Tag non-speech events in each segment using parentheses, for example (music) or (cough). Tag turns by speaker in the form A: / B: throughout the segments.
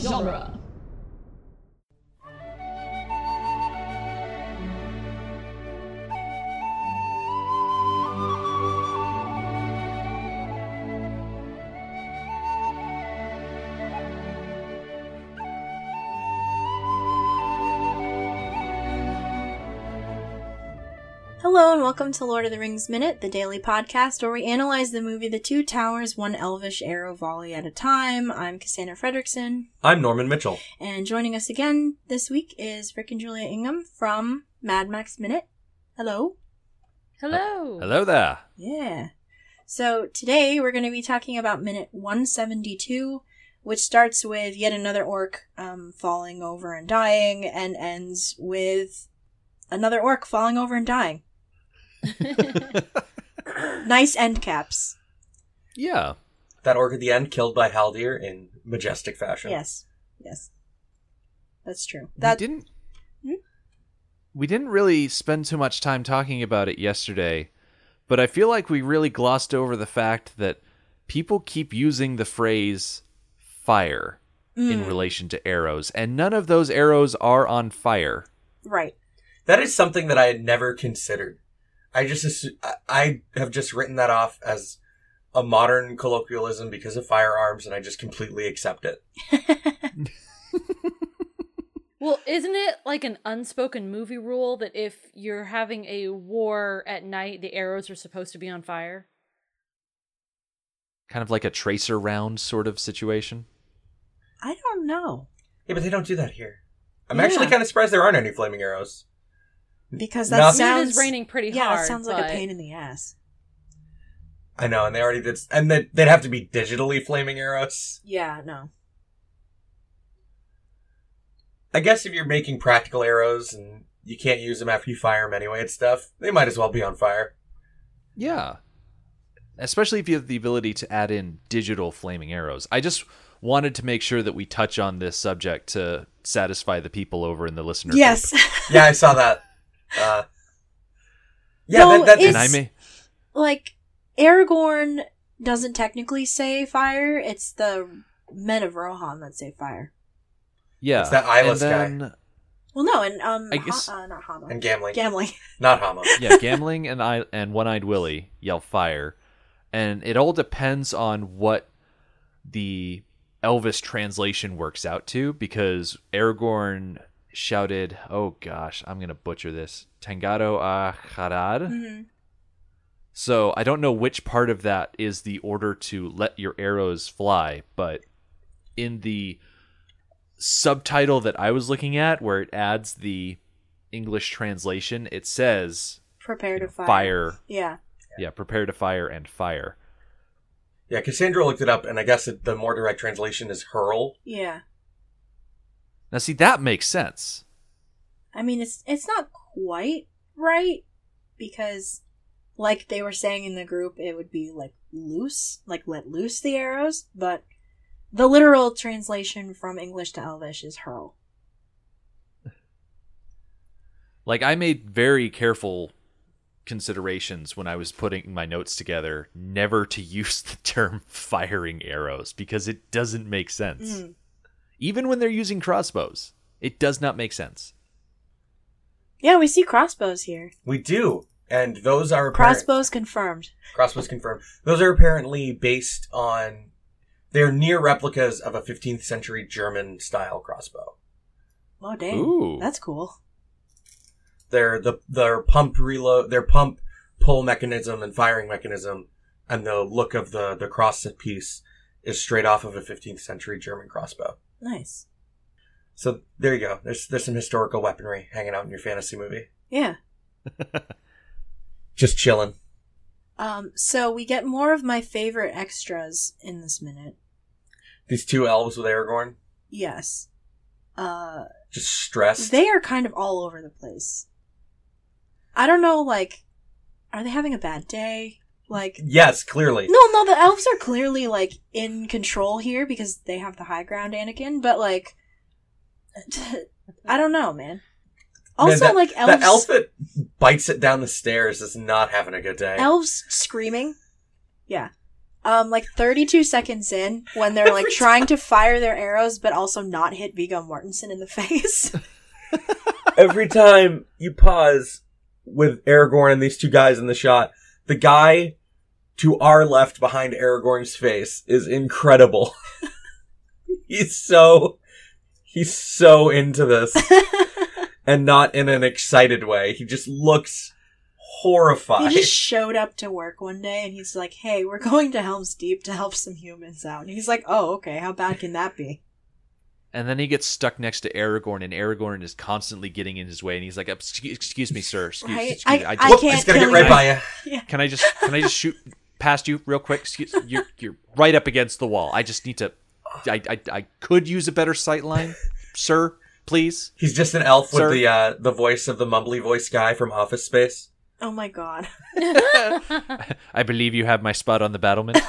A: genre.
B: Hello, and welcome to Lord of the Rings Minute, the daily podcast where we analyze the movie The Two Towers, one elvish arrow volley at a time. I'm Cassandra Fredrickson,
C: I'm Norman Mitchell.
B: and joining us again this week is Rick and Julia Ingham from Mad Max Minute. Hello.
A: Hello.
D: Hello there.
B: Yeah. So today we're going to be talking about minute 172, which starts with yet another orc um, falling over and dying, and ends with another orc falling over and dying. Nice end caps.
D: Yeah.
C: That orc at the end killed by Haldir in majestic fashion.
B: Yes. Yes. That's true.
D: That...
B: That
D: We didn't
B: Hmm?
D: We didn't really spend too much time talking about it yesterday, but I feel like we really glossed over the fact that people keep using the phrase fire in
B: Mm,
D: relation to arrows, and none of those arrows are on fire.
B: right.
C: That is something that I had never considered. I just assu- I- I have just written that off as a modern colloquialism because of firearms, and I just completely accept it.
A: Well, isn't it like an unspoken movie rule that if you're having a war at night, the arrows are supposed to be on fire?
D: Kind of like a tracer round sort of situation.
B: I don't know
C: Yeah, but they don't do that here. I'm
B: Yeah.
C: actually kind of surprised there aren't any flaming arrows.
B: because that
C: Not-
A: I mean, it
B: sounds
A: is raining pretty
B: yeah,
A: hard.
B: it sounds like
A: but- (laughs)
B: a pain in the ass.
C: I know, and they already did, s- and they, they'd have to be digitally flaming arrows.
B: Yeah, no.
C: I guess if you're making practical arrows and you can't use them after you fire them anyway and stuff, they might as well be on fire.
D: Yeah. Especially if you have the ability to add in digital flaming arrows. I just wanted to make sure that we touch on this subject to satisfy the people over in the listener. group.
B: Yes. (laughs)
C: Yeah, I saw that. Uh, yeah,
B: No,
C: that, that's
B: it's-
D: And I may
B: like Aragorn doesn't technically say fire, it's the men of Rohan that say fire.
D: Yeah.
C: It's that eyeless
D: and
C: guy.
D: then,
B: Well no, and um
D: I guess-
B: Ha- uh, not Hama.
C: and gambling,
B: Gambling.
C: not Hama.
D: (laughs) yeah, gambling and I and one-eyed Willie yell fire, and it all depends on what the Elvis translation works out to because Aragorn shouted, "Oh gosh, I'm gonna butcher this." Tangado a Harad.
A: Mm-hmm.
B: Mhm.
D: So I don't know which part of that is the order to let your arrows fly, but in the subtitle that I was looking at, where it adds the English translation, it says
B: (laughs) Prepare to fire.
D: fire.
B: Yeah.
D: Yeah, prepare to fire and fire.
C: Yeah, Cassandra looked it up, and I guess it, the more direct translation is hurl.
B: Yeah.
D: Now, see, that makes sense.
B: I mean it's it's not quite right because like they were saying in the group it would be like loose, like let loose the arrows, but the literal translation from English to Elvish is hurl.
D: Like, I made very careful considerations when I was putting my notes together never to (laughs) use the term firing arrows because it doesn't make sense.
B: Mm.
D: Even when they're using crossbows, it does not make sense.
B: Yeah, we see crossbows here.
C: We do, and those are apparent-
B: Crossbows confirmed.
C: Crossbows confirmed. Those are apparently based on. They're near replicas of a 15th century German style crossbow.
B: Oh dang.
D: Ooh.
B: That's cool.
C: They're the their pump reload, their pump pull mechanism and firing mechanism, and the look of the the cross piece is straight off of a 15th century German crossbow.
B: Nice.
C: So there you go. There's there's some historical weaponry hanging out in your fantasy movie,
B: Yeah.
C: just chilling.
B: Um, so we get more of my favorite extras in this minute.
C: These two elves with Aragorn,
B: Yes. Uh,
C: just stressed.
B: they are kind of all over the place. I don't know, like, are they having a bad day? Like,
C: yes, clearly.
B: no, no, the elves are clearly, like, in control here because they have the high ground, Anakin, but, like, (laughs) I don't know, man.
C: Man,
B: Also,
C: that-
B: like, elves,
C: That elf that bites it down the stairs is not having a good day.
B: elves screaming. Yeah. um, like 32 seconds in, when
C: (laughs)
B: they're like
C: Every
B: trying to fire their arrows but also not hit Vigo Mortensen in the (laughs) face.
C: Every time you pause with Aragorn and these two guys in the shot, the guy to our left behind Aragorn's face is incredible. (laughs) he's so he's so into
B: (laughs)
C: this and not in an excited way. He just looks
B: he
C: horrified.
B: just showed up to work one day and he's like, hey, we're going to Helm's Deep to help some humans out. And he's like, oh, okay, how bad can that be?
D: And then he gets stuck next to Aragorn, and Aragorn is constantly getting in his way, and he's like, "Excuse, excuse me, sir. Excuse,
B: Right?
D: excuse me.
B: I-
D: I
B: I
D: just,
B: can't
C: he's gonna
B: kill
C: get right
B: you.
C: by you.
D: can I just can I just shoot past you real quick? Excuse, you're you're right up against the wall. I just need to. I I, I could use a better sight line, sir. Please.
C: He's just an elf
D: Sir?
C: with the uh, the voice of the mumbly voice guy from Office Space.
B: Oh my god.
D: I believe you have my spot on the battlement.
C: I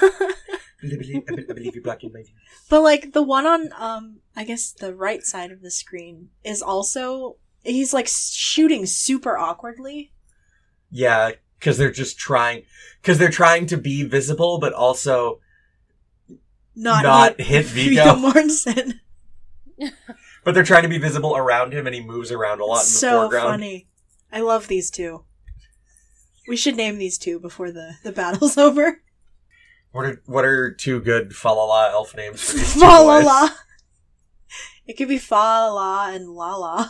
C: believe, I be- I believe you black in my view.
B: (laughs) But like the one on um I guess the right side of the screen is also he's like shooting super awkwardly.
C: Yeah, because they're just trying, because they're trying to be visible, but also
B: Not, (laughs)
C: Not hit Viggo. (laughs)
B: Mortensen.
C: But they're trying to be visible around him, and he moves around a lot in the
B: So
C: foreground.
B: funny. I love these two. We should name these two before the the battle's (laughs) over.
C: What are what are two good Falala elf names
B: (laughs)
C: for these two
B: Fa la
C: boys?
B: la. It could be fa la and la la.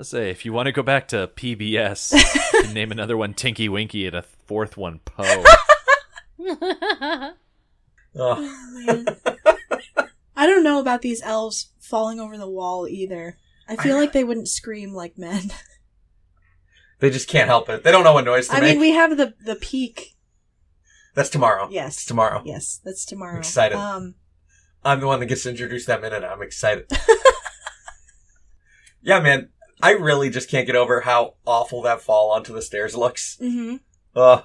D: I say, if you want to go back to PBS, you can name another one Tinky Winky and a fourth one Poe.
C: Ugh.
B: Oh, man. (laughs) I don't know about these elves falling over the wall either. I feel like they wouldn't scream like men.
C: they just can't help it. They don't know what noise to
B: I
C: make.
B: mean, we have the the peak.
C: That's tomorrow.
B: Yes.
C: it's tomorrow.
B: Yes, that's tomorrow.
C: I'm Oh. excited.
B: Um,
C: I'm the one that gets to introduce that minute. I'm excited.
B: (laughs)
C: yeah, man. I really just can't get over how awful that fall onto the stairs looks. (laughs)
B: mhm.
C: Ugh.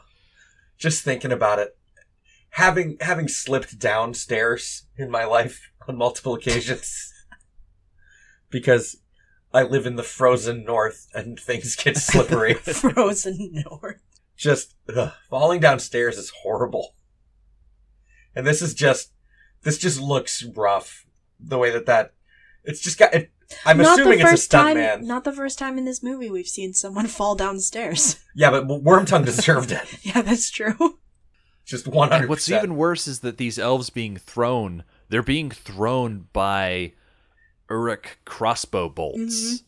C: Just thinking about it. Having having slipped downstairs in my life on multiple occasions. (laughs) because I live in the frozen north and (laughs) things get
D: (laughs)
C: slippery.
B: Frozen North.
C: just ugh, falling downstairs is horrible. And this is just this just looks rough the way that that it's just got. It, I'm assuming it's a stunt
B: time.
C: man.
B: Not the first time in this movie we've seen someone fall downstairs.
C: Yeah, but Wormtongue deserved it.
B: (laughs)
C: (laughs)
B: yeah, that's true.
C: Just 100.
D: And what's even worse is that these elves being thrown, they're being thrown by Uruk crossbow bolts.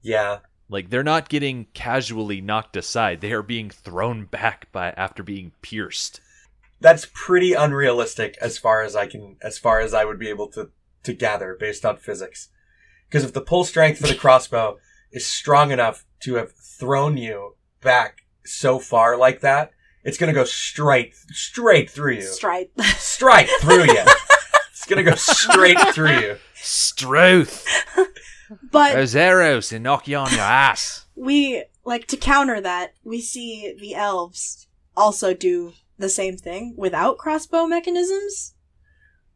C: yeah,
D: Like they're not getting casually knocked aside. They are being thrown back by after being pierced.
C: that's pretty unrealistic as far as I can as far as I would be able to to gather based on physics. Because if the pull strength for the crossbow is strong enough to have thrown you back so far like that, it's going to go straight straight through you.
B: Strike. (laughs)
C: strike through you. it's gonna go straight through you.
D: Struth,
B: But
D: those arrows they knock you on
C: (laughs)
D: your ass.
B: we like to counter that. We see the elves also do the same thing without crossbow mechanisms.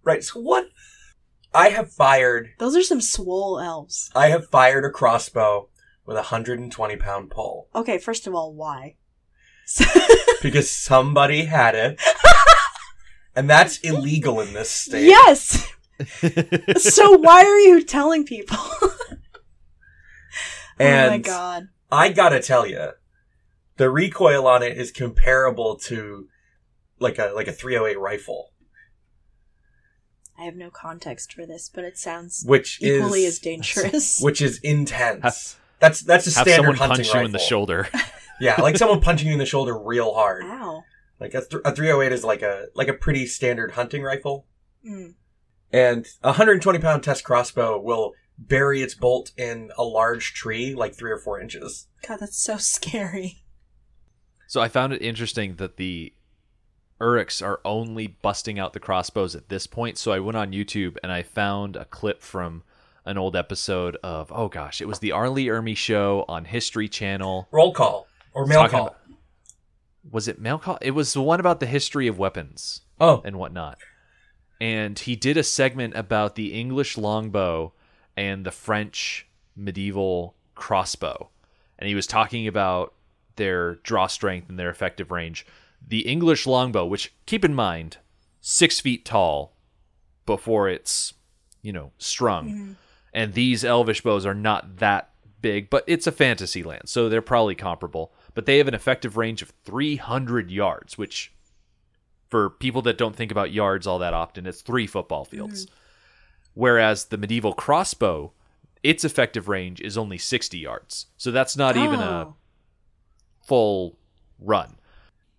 C: Right. So what? I have fired.
B: Those are some swole elves.
C: I have fired a crossbow with a hundred and twenty pound pole
B: Okay, first of all, why?
C: because somebody
B: (laughs)
C: had it, and that's illegal in this state.
B: Yes. so why are you telling people? (laughs) oh my
C: And
B: god.
C: I gotta tell you, the recoil on it is comparable to like a like a three hundred eight rifle,
B: I have no context for this, but it sounds
C: which
B: equally
C: is
B: as dangerous.
C: (laughs) which is intense.
D: Have-
C: that's that's a
D: Have
C: standard
D: someone
C: hunting
D: punch
C: rifle.
D: you in the shoulder.
C: (laughs) Yeah, like someone punching you in the shoulder real hard.
B: Ow.
C: Like a, th- a 308 is like a like a pretty standard hunting rifle,
B: Mm.
C: and a 120 pound test crossbow will bury its bolt in a large tree like three or four inches.
B: God, that's so scary.
D: So I found it interesting that the Uruks are only busting out the crossbows at this point. So I went on YouTube and I found a clip from an old episode of oh gosh, it was the Arlie Ermy show on History Channel.
C: Roll call or mail
D: Talking
C: call.
D: about- was it mail call? It was the one about the history of weapons
C: oh,
D: and whatnot. And he did a segment about the English longbow and the French medieval crossbow. And he was talking about their draw strength and their effective range. The English longbow, which keep in mind, six feet tall before it's you know strung, and these elvish bows are not that big, but it's a fantasy land, so they're probably comparable. But they have an effective range of 300 yards, which for people that don't think about yards all that often, it's three football fields. Whereas the medieval crossbow, its effective range is only 60 yards. So that's not even a
B: Oh.
D: full run.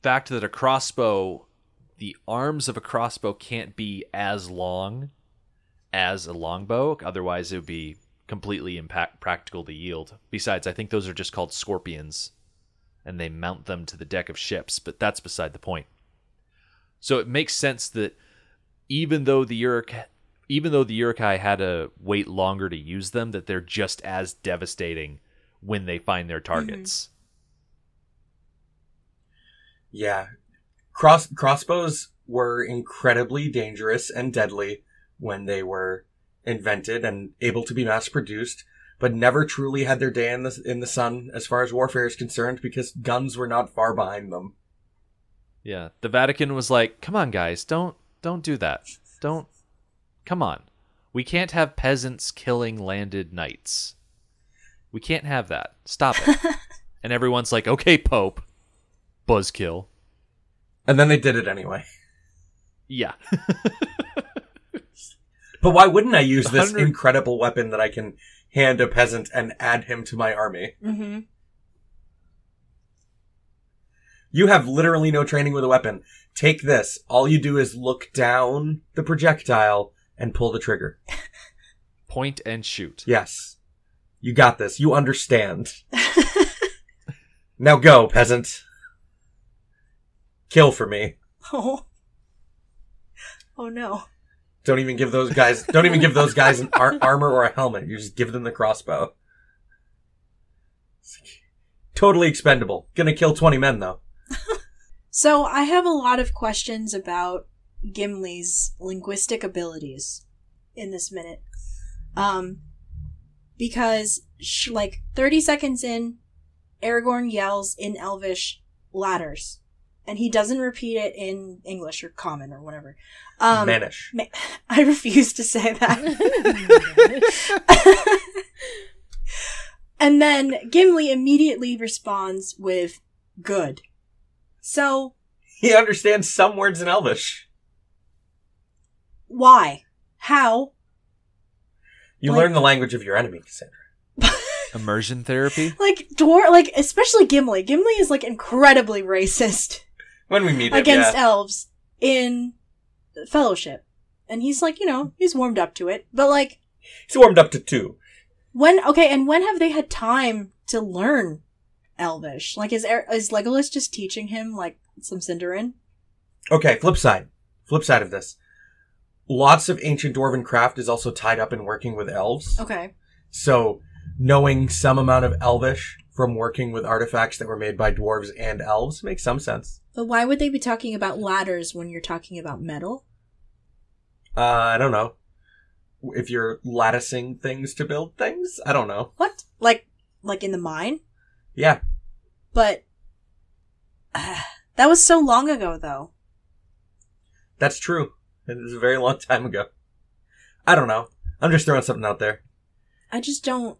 D: Fact that a crossbow, the arms of a crossbow can't be as long as a longbow. Otherwise, it would be completely impractical to yield. Besides, I think those are just called scorpions and they mount them to the deck of ships, but that's beside the point. So it makes sense that even though the Uruk even though the Urukai had to wait longer to use them, that they're just as devastating when they find their targets.
C: Yeah. Cross crossbows were incredibly dangerous and deadly when they were invented and able to be mass produced, but never truly had their day in the in the sun as far as warfare is concerned because guns were not far behind them.
D: Yeah. The Vatican was like, "Come on guys, don't don't do that. Don't Come on. We can't have peasants killing landed knights. We can't have that. Stop
C: (laughs)
D: it." and everyone's like, "Okay, pope. Buzzkill."
C: And then they did it anyway.
D: Yeah. (laughs)
C: But why wouldn't I use this
D: 100
C: incredible weapon that I can hand a peasant and add him to my army?
B: Mm-hmm.
C: You have literally no training with a weapon. Take this. All you do is look down the projectile and pull the trigger.
D: Point and shoot.
C: Yes. You got this. You understand. now go, peasant. Kill for me.
B: (laughs) Oh. Oh no.
C: Don't even give those guys don't even give those guys an ar- armor or a helmet. You just give them the crossbow. Totally expendable. Gonna kill 20 men though.
B: So I have a lot of questions about Gimli's linguistic abilities in this minute. Um, because sh- like 30 seconds in, Aragorn yells in Elvish ladders, and he doesn't repeat it in English or Common or whatever. Um,
C: Manish.
B: ma- (laughs) I refuse to say that.
A: (laughs)
B: and then Gimli immediately responds with good. So
C: He understands some words in Elvish.
B: why? How?
C: You
B: Like-
C: learn the language of your enemy, Cassandra.
D: Immersion therapy?
B: Like dwarf like especially Gimli. Gimli is like incredibly racist
C: When we meet him,
B: against
C: yeah.
B: elves in fellowship. And he's like, you know, he's warmed up to it. But like
C: He's warmed up to two.
B: when okay, and when have they had time to learn Elvish? Like is Er- is Legolas just teaching him like some Cinderin?
C: Okay, flip side. Flip side of this. Lots of ancient dwarven craft is also tied up in working with elves.
B: Okay.
C: So, knowing some amount of elvish from working with artifacts that were made by dwarves and elves makes some sense.
B: But why would they be talking about ladders when you're talking about metal?
C: Uh, I don't know. If you're latticing things to build things? I don't know.
B: What? Like like in the mine?
C: Yeah.
B: But (sighs) Ah, that was so long ago though.
C: That's true. It was a very long time ago. I don't know. I'm just throwing something out there.
B: I just don't.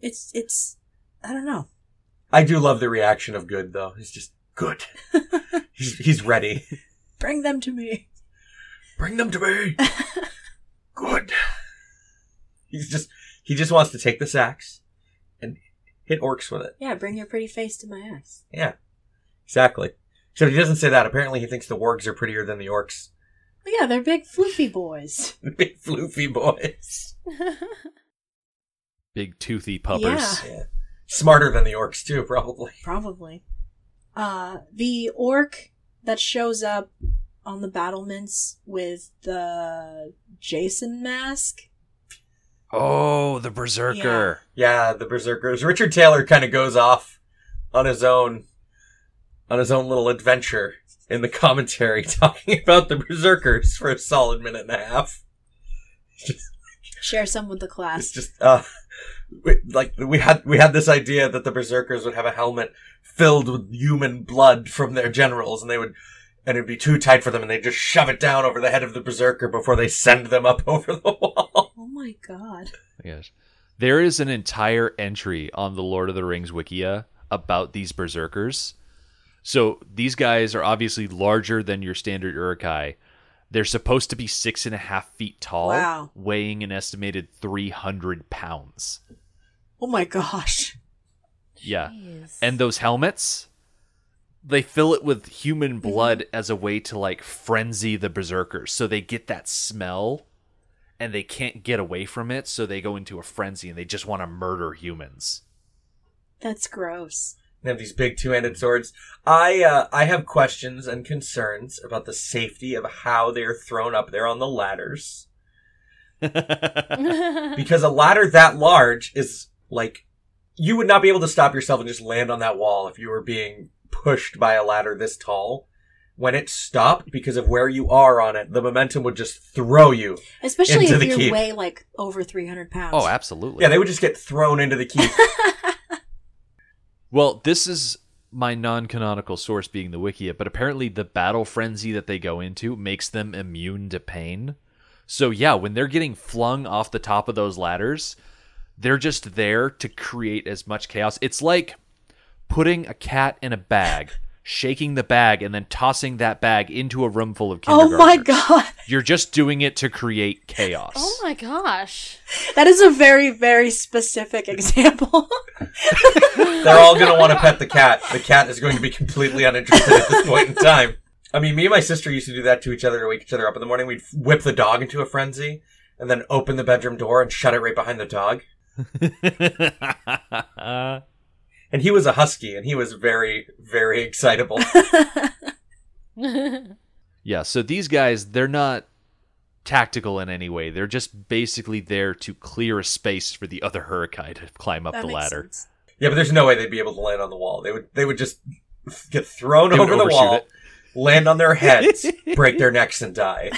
B: It's it's. I don't know.
C: I do love the reaction of good though. He's just good. he's he's ready.
B: Bring them to me.
C: Bring them to me. Good. He's just he just wants to take this axe and hit orcs with it.
B: Yeah, bring your pretty face to my ass.
C: Yeah. Exactly. So he doesn't say that. Apparently he thinks the wargs are prettier than the orcs. (laughs)
B: But yeah, they're big floofy boys.
C: Big floofy boys.
D: Big toothy puppers.
C: Yeah. Smarter than the orcs too, probably.
B: Probably. Uh, the orc that shows up on the battlements with the Jason mask.
D: Oh, the berserker.
C: Yeah, the berserkers. Richard Taylor kind of goes off on his own on his own little adventure in the commentary (laughs) talking about the berserkers for a solid minute and a half.
B: Share some with the class.
C: It's just uh we- like we had we had this idea that the berserkers would have a helmet filled with human blood from their generals, and they would. And it'd be too tight for them, and they just shove it down over the head of the berserker before they send them up (laughs) over the wall.
B: Oh my god.
D: Yes. There is an entire entry on the Lord of the Rings Wikia about these berserkers. So these guys are obviously larger than your standard Urukai. They're supposed to be six and a half feet tall,
B: Wow.
D: weighing an estimated 300 pounds.
B: Oh my gosh.
D: Yeah.
A: Jeez.
D: And those helmets, they fill it with human blood as a way to like frenzy the berserkers. So they get that smell and they can't get away from it. So they go into a frenzy and they just want to murder humans.
B: That's gross.
C: They have these big two-handed swords. I uh, I have questions and concerns about the safety of how they are thrown up there on the ladders because a ladder that large is like you would not be able to stop yourself and just land on that wall if you were being pushed by a ladder this tall. When it stopped because of where you are on it, the momentum would just throw you.
B: Especially
C: Into
B: if
C: the
B: you
C: keep.
B: weigh like over 300 pounds.
D: oh, absolutely.
C: Yeah, they would just get thrown into the keep.
D: well, this is my non canonical source being the Wikia, but apparently the battle frenzy that they go into makes them immune to pain. So, yeah, when they're getting flung off the top of those ladders, they're just there to create as much chaos. It's like putting a cat in a bag, shaking the bag, and then tossing that bag into a room full of
B: oh
D: kindergartners.
B: my god.
D: You're just doing it to create chaos.
A: oh my
B: (laughs)
A: gosh.
B: That is a very, very specific example.
C: They're all going to want to pet the cat. The cat is going to be completely uninterested at this point in time. I mean, me and my sister used to do that to each other to wake each other up in the morning. We'd whip the dog into a frenzy and then open the bedroom door and shut it right behind the dog.
B: Oh
D: (laughs)
B: (laughs)
C: And he was a husky and he was very, very excitable.
D: Yeah, so these guys, they're not tactical in any way. They're just basically there to clear a space for the other Hurricane to climb up
B: (laughs) That
D: the
B: makes
D: ladder.
B: sense.
C: yeah, but there's no way they'd be able to land on the wall. They would, they would just get thrown
D: They would
C: over the
D: overshoot
C: wall,
D: it.
C: land
D: (laughs)
C: on their heads, break their necks and die.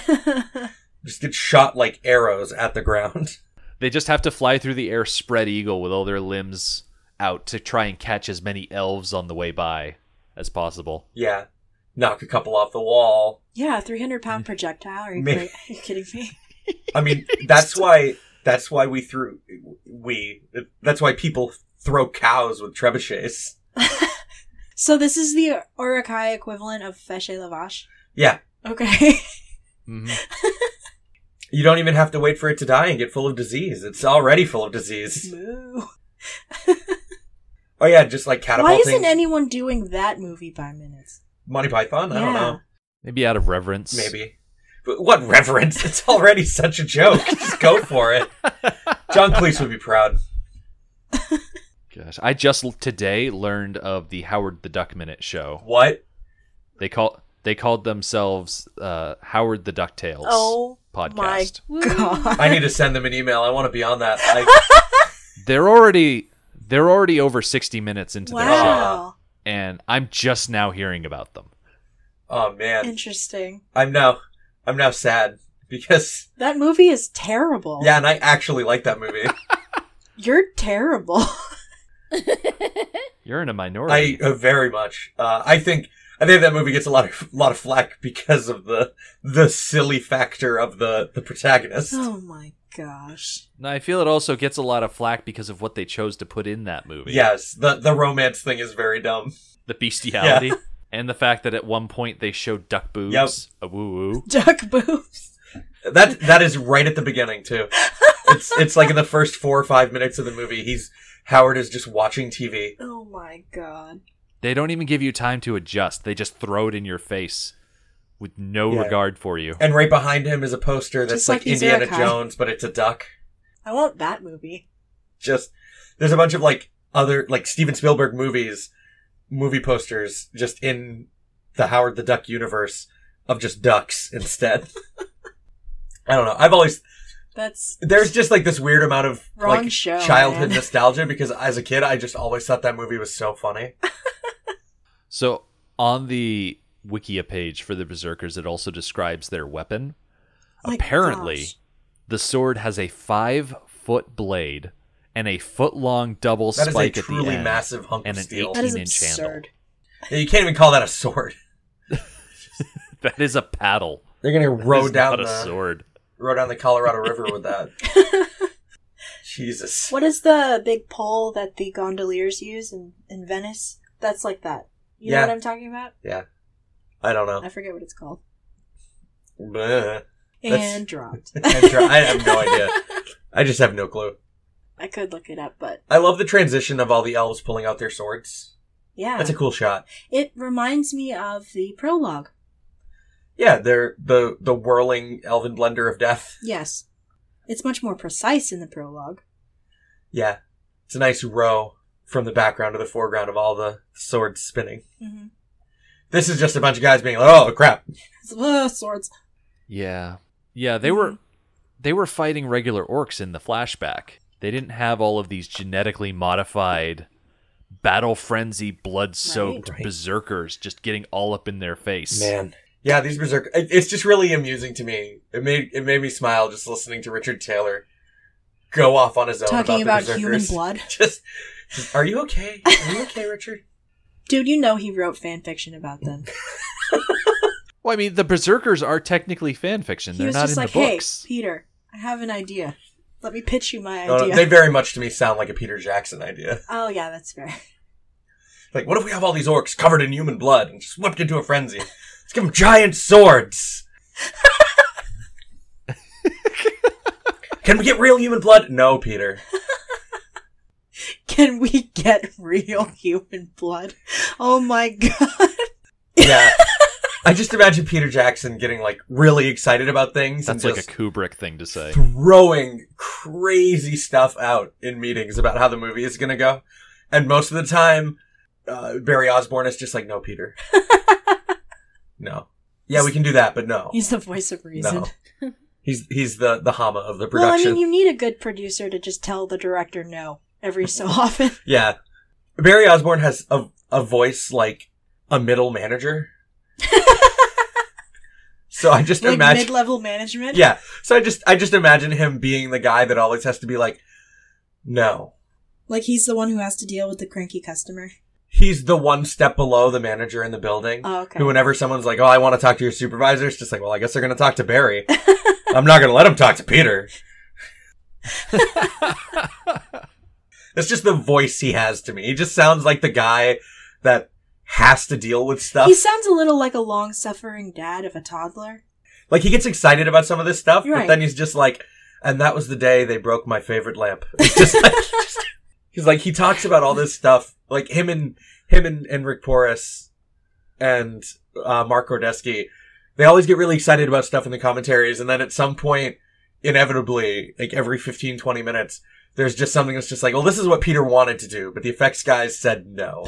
C: Just get shot like arrows at the ground. (laughs)
D: They just have to fly through the air spread eagle with all their limbs out to try and catch as many elves on the way by as possible.
C: Yeah. Knock a couple off the wall.
B: (laughs) Yeah, 300 pound projectile. Are you,
C: May-
B: cra- are you kidding (laughs) me?
C: I
D: (laughs)
C: mean, that's why that's why we threw we that's why people throw cows with trebuchets.
B: So this is the Orakai equivalent of Feche Lavache.
C: Yeah,
D: (laughs)
B: Okay.
C: Mm-hmm. you don't even have to wait for it to die and get full of disease. It's already full of
D: (laughs)
C: disease.
B: Moo.
C: Oh yeah, just like
B: Why
C: catapulting
B: isn't anyone doing that movie by minutes?
C: Monty Python. I don't
B: Yeah.
C: know.
D: Maybe out of reverence.
C: Maybe. But what reverence? It's already such a joke. Just go for it. John Cleese would be proud.
D: Gosh, I just l- today learned of the Howard the Duck Minute show.
C: What?
D: They call they called themselves uh, Howard the Ducktales
B: Oh
D: podcast.
B: my
A: Woo.
B: god.
C: I need to send them an email. I want to be on that. I,
D: They're already they're already over 60 minutes into their show.
B: Wow.
D: and I'm just now hearing about them.
C: oh man,
B: Interesting.
C: I'm now I'm now sad because
B: That movie is terrible.
C: yeah, and I actually like that movie.
B: You're terrible. (laughs)
D: You're in a
C: I
D: minority.
C: uh, very much. Uh, I think I think that movie gets a lot of (laughs) lot of flack because of the the silly factor of the the protagonist.
B: oh my gosh.
D: Now, I feel it also gets a lot of flack because of what they chose to put in that movie.
C: Yes, the the romance thing is very dumb.
D: The bestiality. (laughs) And the fact that at one point they show duck boobs.
C: Yep.
D: A woo woo.
B: Duck boobs.
C: That that is right at the beginning too. It's it's like in the first four or five minutes of the movie, he's Howard is just watching TV.
B: Oh my god.
D: They don't even give you time to adjust. They just throw it in your face with no
C: Yeah.
D: regard for you.
C: And right behind him is a poster that's
B: Just
C: like,
B: like these
C: Indiana
B: Urukai.
C: Jones, but it's a duck.
B: I want that movie.
C: Just there's a bunch of like other like Steven Spielberg movies, movie posters just in the Howard the Duck universe of just ducks instead. (laughs) I don't know. I've always
B: That's
C: there's just like this weird amount of
B: Wrong
C: like
B: show,
C: childhood
B: man.
C: nostalgia because as a kid I just always thought that movie was so funny.
D: So on the Wikia page for the Berserkers, it also describes their weapon.
B: My
D: Apparently,
B: gosh.
D: the sword has a five foot blade and a foot long double
C: That is a
D: spike at the
C: truly
D: end.
C: massive hunk
D: and
C: of
D: an
C: steel.
B: That is
D: 18 inch handle.
B: absurd.
C: Yeah, you can't even call that a sword.
D: (laughs) That is a paddle.
C: They're (laughs) gonna
D: That
C: row
D: is
C: down
D: not a
C: the
D: sword.
C: row down the Colorado River
B: (laughs)
C: with that. Jesus.
B: What is the big pole that the gondoliers use in, in Venice? That's like that. You
C: Yeah. Oh.
B: know what I'm talking about?
C: I don't know.
B: I forget what it's called. (laughs)
C: Bleh. That's-
B: And
C: (laughs)
B: dropped.
C: I'm try- I have no idea. I just have no clue.
B: (laughs) I could look it up, but
C: I love the transition of all the elves pulling out their swords.
B: yeah.
C: That's a cool shot.
B: It reminds me of the prologue.
C: Yeah, they're the the whirling elven blender of death.
B: Yes. It's much more precise in the prologue.
C: Yeah. It's a nice row from the background to the foreground of all the swords spinning.
B: Mm-hmm.
C: This is just a bunch of guys being like, "Oh crap!"
B: uh, swords.
D: Yeah. Yeah,
B: Mm-hmm.
D: they were they were fighting regular orcs in the flashback. They didn't have all of these genetically modified battle frenzy blood soaked
C: Right. Right.
D: berserkers just getting all up in their face.
C: Man, yeah, these berserk. it- It's just really amusing to me. It made it made me smile just listening to Richard Taylor go off on his own
B: Talking about,
C: about, the (laughs)
B: human
C: berserkers.
B: blood.
C: Just, just, are you okay? Are you
B: (laughs)
C: okay, Richard?
B: Dude, you know he wrote fan fiction about
C: (laughs)
B: them.
D: Well, I mean, the berserkers are technically fan fiction.
B: He
D: They're
B: was
D: not
B: just
D: in
B: like,
D: the
B: hey,
D: books.
B: Peter, I have an idea. Let me pitch you my
C: No, no,
B: idea.
C: Oh, they very much to me sound like a Peter Jackson idea. (laughs)
B: Oh, yeah, that's fair.
C: Like, what if we have all these orcs covered in human blood and just whipped into a frenzy? Let's give them
B: (laughs)
C: giant swords. Can we get real human blood? No, Peter.
B: Can we get real (laughs) human blood? Oh my god.
C: Yeah. I just imagine Peter Jackson getting like really excited about things.
D: That's
C: and
D: like a
C: just
D: Kubrick thing
B: (laughs)
D: to say.
C: throwing crazy stuff out in meetings about how the movie is going to go. And most of the time, uh, Barry Osborne is just like,
B: (laughs)
C: no, Peter. no. Yeah, we can do that, but no.
B: He's the voice of reason.
C: no. He's he's the the Hama of the
B: well, I
C: production.
B: mean, you need a good producer to just tell the director no every so (laughs) often.
C: yeah. Barry Osborne has a a voice like a
B: (laughs)
C: middle manager. so I just
B: like
C: imagine
B: mid level (laughs) management.
C: Yeah. So I just I just imagine him being the guy that always has to be like, no.
B: Like he's the one who has to deal with the cranky customer.
C: He's the one step below the manager in the building.
B: Oh, okay.
C: Who whenever someone's like, Oh, I want to talk to your supervisor, it's just like, Well, I guess they're gonna talk
B: (laughs)
C: to Barry. I'm not gonna let him talk to Peter. That's just the voice he has to me. He just sounds like the guy that has to deal with stuff.
B: He sounds a little like a long suffering dad of a toddler.
C: Like he gets excited about some of this stuff,
B: Right.
C: but then he's just like, and that was the day they broke my favorite lamp. (laughs) It's just like just- he's like he talks about all this stuff, like him and him and, and Rick Porus and uh, Mark Rodeski. They always get really excited about stuff in the commentaries, and then at some point, inevitably, like every 15, 20 minutes, there's just something that's just like, well, this is what Peter wanted to do, but the effects guys said no.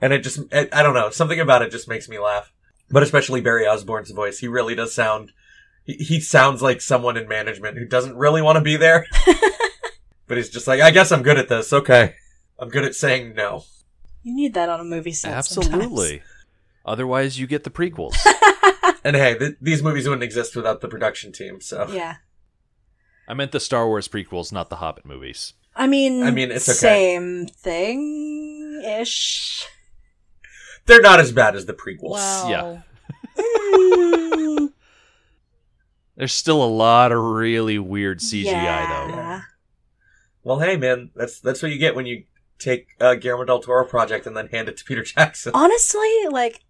C: and it just, it, I don't know, something about it just makes me laugh. But especially Barry Osborne's voice. He really does sound, he, he sounds like someone in management who doesn't really want to
B: (laughs)
C: be there. but he's just like, I guess I'm good at this. Okay. I'm good at saying
B: (laughs)
C: no.
B: You need that on a movie set. sometimes.
D: (laughs) Absolutely. Otherwise, you get
B: (laughs)
D: the prequels.
C: And hey, th- these movies wouldn't exist without the production team. So
B: Yeah.
D: I meant the Star Wars prequels, not the Hobbit movies.
B: I mean,
C: I mean, it's okay.
B: same thing
D: (laughs)
B: ish.
C: they're not as bad as the prequels.
A: Wow.
D: yeah.
B: Mm,
D: There's still a lot of really weird CGI though.
B: yeah.
C: Well, hey, man, that's that's what you get when you take a Guillermo del Toro project and then hand it to Peter Jackson.
B: Honestly, like,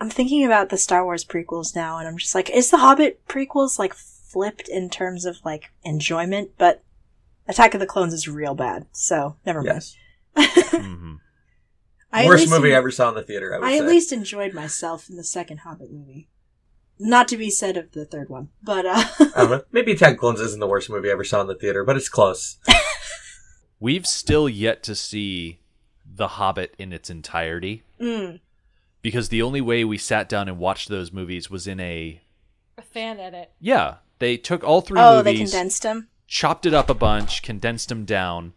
B: I'm thinking about the Star Wars prequels now, and I'm just like, is The Hobbit prequels, like, flipped in terms of, like, enjoyment? But Attack of the Clones is real bad, so never mind.
C: Yes,
D: hmm
B: (laughs) I at
C: worst
B: least
C: movie
B: en-
C: I ever saw in the theater. I would
B: I
C: say.
B: at least enjoyed myself in the second Hobbit movie. Not to be said of the third one, but
C: I
B: uh,
C: don't know. Uh-huh. Maybe Attack of the Clones isn't the worst movie I ever saw in the theater, but it's close.
D: We've still yet to see The Hobbit in its entirety
B: (laughs) mm,
D: because the only way we sat down and watched those movies was in a
A: A fan edit.
D: yeah. They took all three
B: oh, they
D: movies,
B: condensed him.
D: chopped it up a bunch, condensed them down.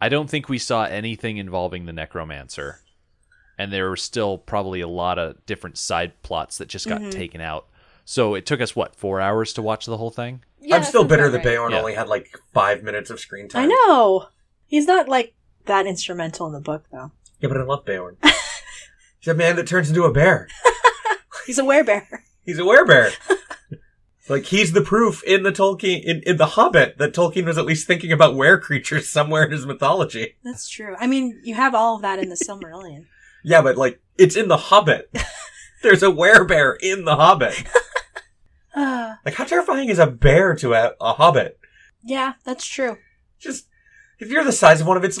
D: I don't think we saw anything involving the necromancer. And there were still probably a lot of
C: Mm-hmm.
D: different side plots that just got taken out. So it took us what, 4 hours to watch the whole thing?
A: Yeah,
C: I'm
A: that
C: still
A: sounds
C: bitter
A: about
C: that
A: right.
C: Bayorn
D: Yeah.
C: only had like five minutes of screen time.
B: I know. He's not like that instrumental in the book though.
C: Yeah, but I love
B: (laughs)
C: Bayorn. He's a man that turns into a bear.
B: He's a werebear. (laughs)
C: He's a werebear. like he's the proof in the Tolkien in, in the Hobbit that Tolkien was at least thinking about were creatures somewhere in his mythology.
B: That's true. I mean, you have all of that
C: (laughs)
B: in the Silmarillion.
C: Yeah, but like it's in the Hobbit.
B: (laughs)
C: There's a werebear in the Hobbit.
B: Uh,
C: Like how terrifying is a bear to a, a Hobbit?
B: yeah, that's true.
C: Just if you're the size of one of its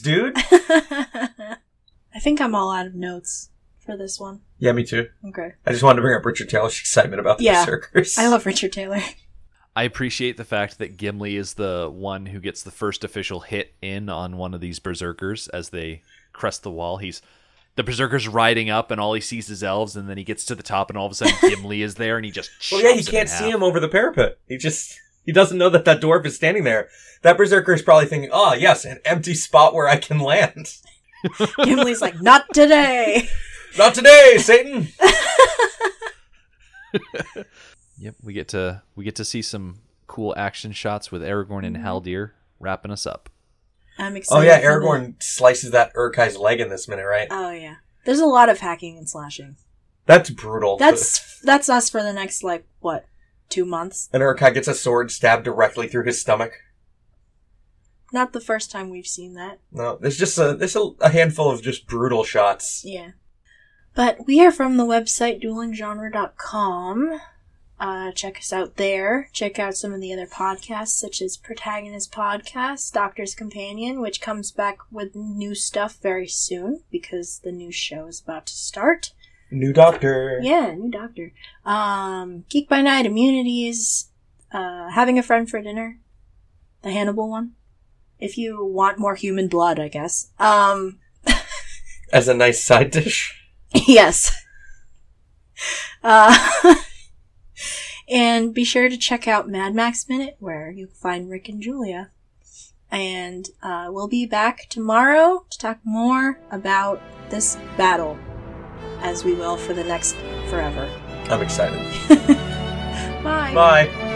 B: (laughs)
C: dude.
B: I think I'm all out of notes for this one.
C: Yeah, me too.
B: Okay.
C: I just wanted to bring up Richard Taylor's excitement about the
B: Yeah.
C: circus.
B: I love Richard Taylor. (laughs)
D: I appreciate the fact that Gimli is the one who gets the first official hit in on one of these berserkers as they crest the wall. He's the berserker's riding up, and all he sees is elves, and then he gets to the top, and all of a
C: (laughs)
D: sudden Gimli is there, and he just
C: Well, yeah, he
D: chops it in
C: can't see
D: half.
C: him over the parapet. He just he doesn't know that that dwarf is standing there. That berserker is probably thinking, "Oh, yes, an empty spot where I can land." (laughs)
B: Gimli's like, not today.
C: Not today,
B: (laughs)
C: Satan.
D: Yep, we get to we get to see some cool action shots with Aragorn and Haldir wrapping us up.
B: I'm excited.
C: oh yeah,
B: for the-
C: Aragorn slices that Urkai's leg in this minute, right?
B: Oh yeah. There's a lot of hacking and slashing.
C: That's brutal. (laughs)
B: That's that's us for the next like what two months.
C: and Urkai gets a sword stabbed directly through his stomach.
B: Not the first time we've seen that.
C: No, there's just a there's a, a handful of just brutal shots.
B: Yeah. But we are from the website duelinggenre.com. Uh, check us out there. Check out some of the other podcasts, such as Protagonist Podcast, Doctor's Companion, which comes back with new stuff very soon because the new show is about to start.
C: New Doctor.
B: Yeah, new doctor. Um, Geek by Night, Immunities, uh, Having a Friend for Dinner, the Hannibal one. If you want more human blood, I guess. Um,
C: As a nice side dish.
B: (laughs) yes. Uh, (laughs) and be sure to check out Mad Max Minute, where you can find Rick and Julia. And uh, we'll be back tomorrow to talk more about this battle, as we will for the next forever.
C: I'm excited.
B: Bye.
C: Bye.